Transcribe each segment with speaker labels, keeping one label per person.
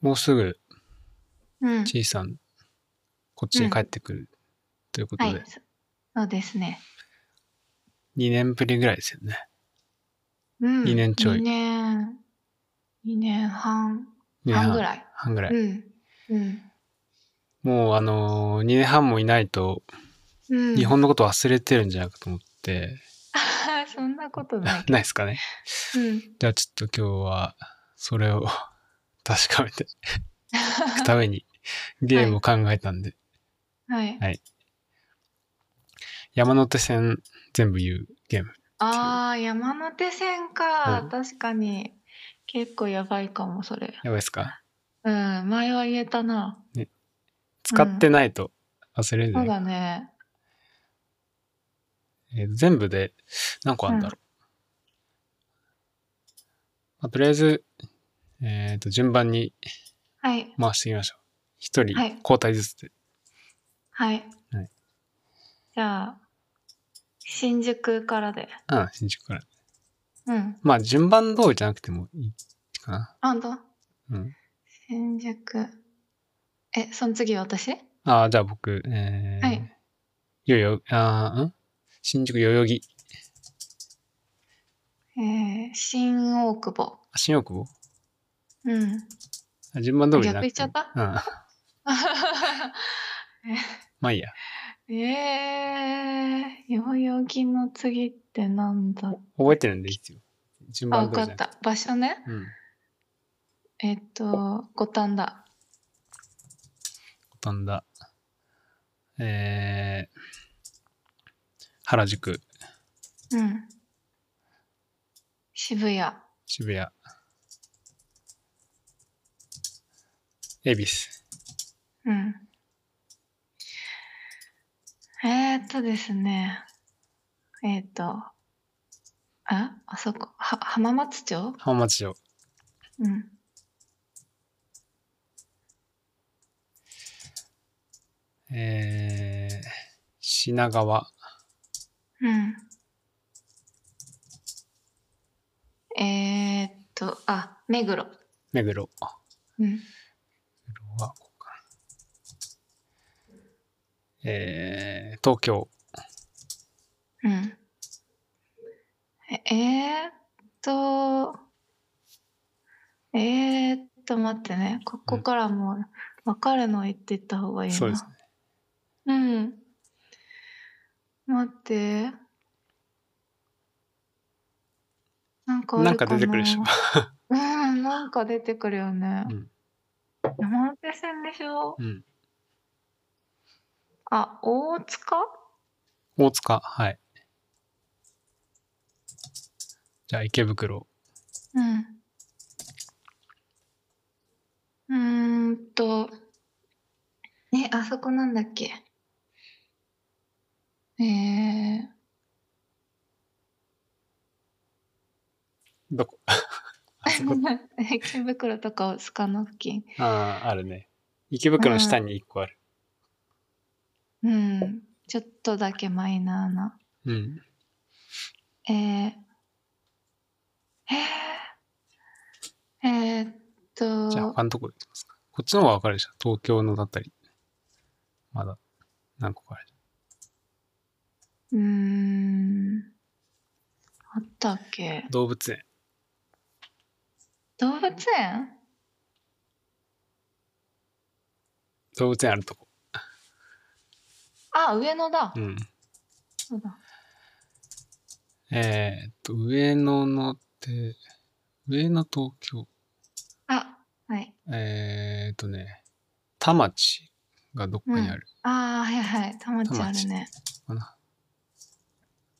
Speaker 1: もうすぐ、
Speaker 2: うん。
Speaker 1: ちいさん、こっちに帰ってくる、ということ
Speaker 2: は
Speaker 1: で、
Speaker 2: い。そそうですね。
Speaker 1: 2年ぶりぐらいですよね。
Speaker 2: うん。
Speaker 1: 二年ちょい
Speaker 2: 2年、2年半、
Speaker 1: 2年
Speaker 2: 半ぐらい。
Speaker 1: 半ぐらい。
Speaker 2: うん。うん。
Speaker 1: もう、あのー、2年半もいないと、
Speaker 2: うん、
Speaker 1: 日本のこと忘れてるんじゃないかと思って、。
Speaker 2: そんなことない
Speaker 1: ないですかね。
Speaker 2: うん。
Speaker 1: じゃあちょっと今日は、それを 確かめていくために、ゲームを考えたんで、
Speaker 2: はい。
Speaker 1: はい山手線全部言うゲーム。
Speaker 2: ああ、山手線か、
Speaker 1: うん
Speaker 2: 確かに。結構やばいかも、それ。
Speaker 1: やばいですか
Speaker 2: うん。前は言えたな。
Speaker 1: 使ってないと忘れるんじゃな
Speaker 2: そう
Speaker 1: いか
Speaker 2: だね。
Speaker 1: えー全部で何個あるんだろう。まあ、とりあえず、えっ、と、順番に
Speaker 2: はい。
Speaker 1: 回していきましょう。一人
Speaker 2: はい
Speaker 1: 交代ずつで。
Speaker 2: はい。
Speaker 1: はい
Speaker 2: じゃあ、新宿からで。
Speaker 1: うん、新宿から。
Speaker 2: うん。
Speaker 1: まあ、順番通りじゃなくてもいいかな。
Speaker 2: あ、ほんと
Speaker 1: うん。
Speaker 2: 新宿。え、その次私
Speaker 1: ああ、じゃあ僕、えー、
Speaker 2: はい
Speaker 1: よよ、あーん新宿代々木。
Speaker 2: えー、新大久保。
Speaker 1: あ新大久保
Speaker 2: うん。
Speaker 1: あ順番通りじゃな
Speaker 2: 逆
Speaker 1: く
Speaker 2: 言ってちゃった
Speaker 1: うん。 まあいいや。
Speaker 2: えー、代々木の次ってなんだ
Speaker 1: 覚えてるんでいいですよ。順
Speaker 2: あ、
Speaker 1: 番
Speaker 2: わ
Speaker 1: 通り
Speaker 2: か
Speaker 1: じゃ
Speaker 2: っ
Speaker 1: なくて。
Speaker 2: た。場所ね。
Speaker 1: うん。
Speaker 2: えっと、五反田。
Speaker 1: 五反田。えー、原宿、
Speaker 2: うん。渋谷。
Speaker 1: 渋谷。恵比寿。
Speaker 2: うん。えーっとですね。えーっと、あ、あそこ、は、浜松町
Speaker 1: 浜松町。
Speaker 2: うん。
Speaker 1: えー、品川。
Speaker 2: うん。えーっと、あ、目黒。
Speaker 1: 目黒。目
Speaker 2: うん。
Speaker 1: 黒はここかな。えー、東京。
Speaker 2: うん。ええーっと、えーっと、待ってね。ここからもう分かるの言ってった方がいいな。
Speaker 1: そうですね。
Speaker 2: うん。待って。なんかある
Speaker 1: なんか出てくるでしょ。
Speaker 2: うん、なんか出てくるよね。
Speaker 1: うん
Speaker 2: 山手線でしょ
Speaker 1: うん。
Speaker 2: あ、大塚
Speaker 1: 大塚。はい。じゃあ池袋。
Speaker 2: うん。うーんと、ね、あそこなんだっけ。えー、
Speaker 1: どこ あ そこ
Speaker 2: 池袋とかスカの付近。
Speaker 1: ああ、あるね。池袋の下に1個ある。
Speaker 2: うん、ちょっとだけマイナーな。
Speaker 1: うん。
Speaker 2: えー、えー、えーっと、
Speaker 1: じゃあ他のとこ行きますか。こっちの方がわかるでしょ。東京のだったり。まだ何個かある。
Speaker 2: うーん、あったっけ
Speaker 1: 動物園。
Speaker 2: 動物園
Speaker 1: 動物園あるとこ。
Speaker 2: あ、上野だ
Speaker 1: う。ん。
Speaker 2: そうだ。
Speaker 1: えーっと、上野のって、上野東京。
Speaker 2: あ、はい。
Speaker 1: えーっとね、田町がどっかにある
Speaker 2: あー、はいはい。田町あるね。
Speaker 1: かな。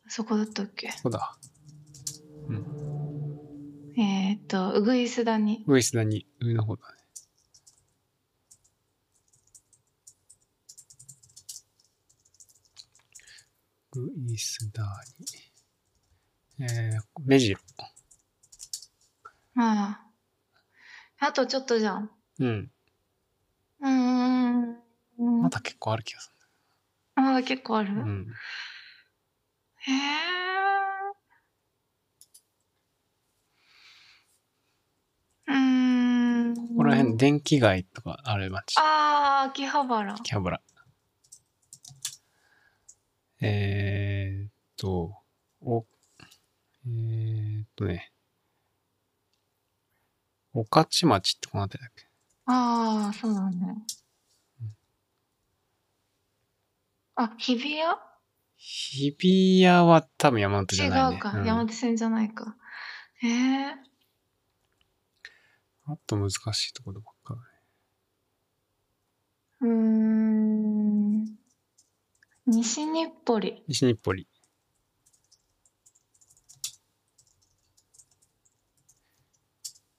Speaker 2: そこだったっけ
Speaker 1: ここだ。
Speaker 2: えーっと、うぐいすだに。
Speaker 1: 上下に、上の方だね。上下に。えー、目白。
Speaker 2: ああ。あとちょっとじゃん。
Speaker 1: うん。
Speaker 2: うーん。
Speaker 1: まだ結構ある気がす
Speaker 2: まだ結構ある、
Speaker 1: る。うん。
Speaker 2: へえ。うーん。
Speaker 1: ここら辺、電気街とかある町。
Speaker 2: ああ、秋葉原。
Speaker 1: 秋葉原。えー、っと、お、えー、っとね、御徒町ってこの辺りだっけ
Speaker 2: ああ、そうだね。あ、日比谷
Speaker 1: 日比谷は多分山手じ
Speaker 2: 違
Speaker 1: ゃ
Speaker 2: う
Speaker 1: ない、ね。
Speaker 2: か、
Speaker 1: うん
Speaker 2: 山手線じゃないか。ええ
Speaker 1: あと難しいところばっかだね。
Speaker 2: うーん。西日暮里。
Speaker 1: 西日暮里。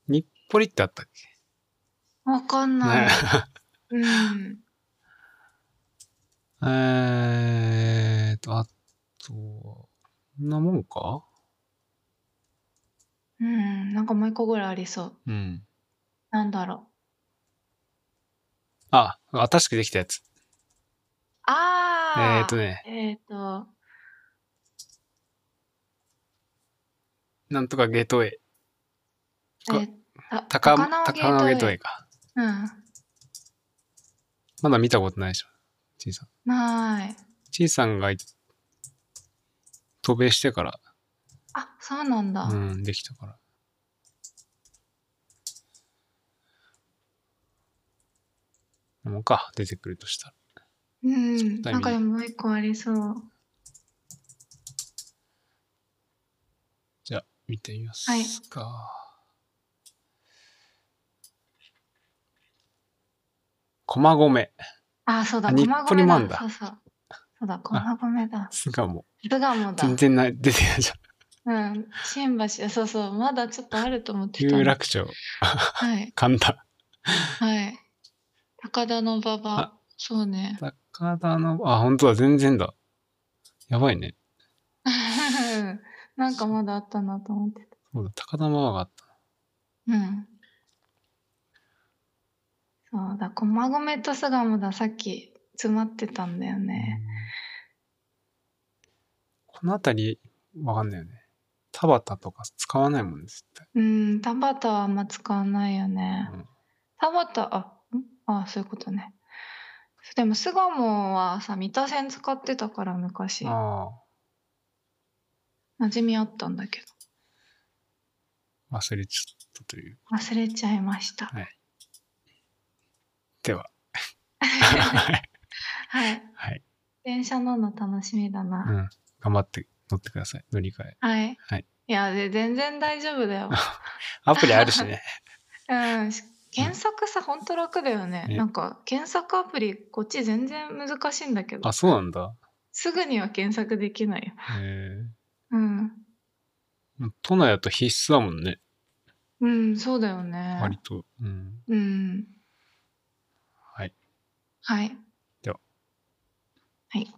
Speaker 1: 日暮里ってあったっけ
Speaker 2: わかんない。うん。
Speaker 1: えーと、あと、こんなもんか
Speaker 2: うん。なんかもう一個ぐらいありそう。
Speaker 1: うん。
Speaker 2: なんだろう。
Speaker 1: あ、新しくできたやつ。
Speaker 2: あ
Speaker 1: え
Speaker 2: あ
Speaker 1: ーとね、
Speaker 2: えっ、と、
Speaker 1: なんとかゲートウェイ。か
Speaker 2: えーた
Speaker 1: 高
Speaker 2: 高輪
Speaker 1: 高輪ゲート
Speaker 2: ゲート
Speaker 1: ウェ
Speaker 2: ウェ
Speaker 1: イ
Speaker 2: イ。
Speaker 1: か。
Speaker 2: うん。
Speaker 1: まだ見たことないでしょ。ちいさん。
Speaker 2: ない。
Speaker 1: ちいさんが渡米してから、
Speaker 2: あ、そうなんだ。
Speaker 1: うん、できたから。なもんか、出てくるとしたら。
Speaker 2: うん。
Speaker 1: そうだ
Speaker 2: なんかでももう一個ありそう。
Speaker 1: じゃあ、見てみます
Speaker 2: はい
Speaker 1: か。駒込。
Speaker 2: あ、そうだ、
Speaker 1: あ日
Speaker 2: 駒
Speaker 1: 暮里もあん
Speaker 2: 込
Speaker 1: だ
Speaker 2: だ。そうそう。そうだ、駒込だ。
Speaker 1: 巣鴨。
Speaker 2: 巣鴨だ。
Speaker 1: 全然ない、出てないじゃん。
Speaker 2: うん。新橋、そうそう。まだちょっとあると思ってた。
Speaker 1: 有楽町、
Speaker 2: はい。
Speaker 1: 神田。
Speaker 2: はい。高田の馬場
Speaker 1: あ。
Speaker 2: そうね。
Speaker 1: 高田の、あ、本当だ、全然だ。やばいね。
Speaker 2: なんかまだあったなと思ってた。
Speaker 1: そうだ、高田馬場があった。
Speaker 2: うん。そうだ、駒込と巣鴨だ、さっき詰まってたんだよね。
Speaker 1: この辺り、わかんないよね。田端とか使わないもんですって。
Speaker 2: うん、田畑はあんま使わないよね
Speaker 1: うん。
Speaker 2: 田畑、あ、んあ、そういうことね。でも巣鴨はさ、三田線使ってたから昔、馴
Speaker 1: あ
Speaker 2: 染みあったんだけど。
Speaker 1: あ、忘れちゃったと いう。
Speaker 2: 忘れちゃいました。
Speaker 1: では。
Speaker 2: はい。
Speaker 1: はい。
Speaker 2: 電車乗るの楽しみだな。
Speaker 1: うん。頑張って乗ってください。乗り換え。
Speaker 2: はい。
Speaker 1: はい、
Speaker 2: やで、全然大丈夫だ よ。
Speaker 1: アプリあるし ね。
Speaker 2: うん、し検索さ、ほんと楽だよね。
Speaker 1: ね
Speaker 2: なんか、検索アプリ、こっち全然難しいんだけど
Speaker 1: あ、、そうなんだ。
Speaker 2: すぐには検索できないよ。
Speaker 1: へ
Speaker 2: うん。
Speaker 1: え。都内だと必須だもんね。
Speaker 2: うん、そうだよね。
Speaker 1: 割と。うん。
Speaker 2: うん。
Speaker 1: はい。
Speaker 2: はい。
Speaker 1: では。
Speaker 2: はい。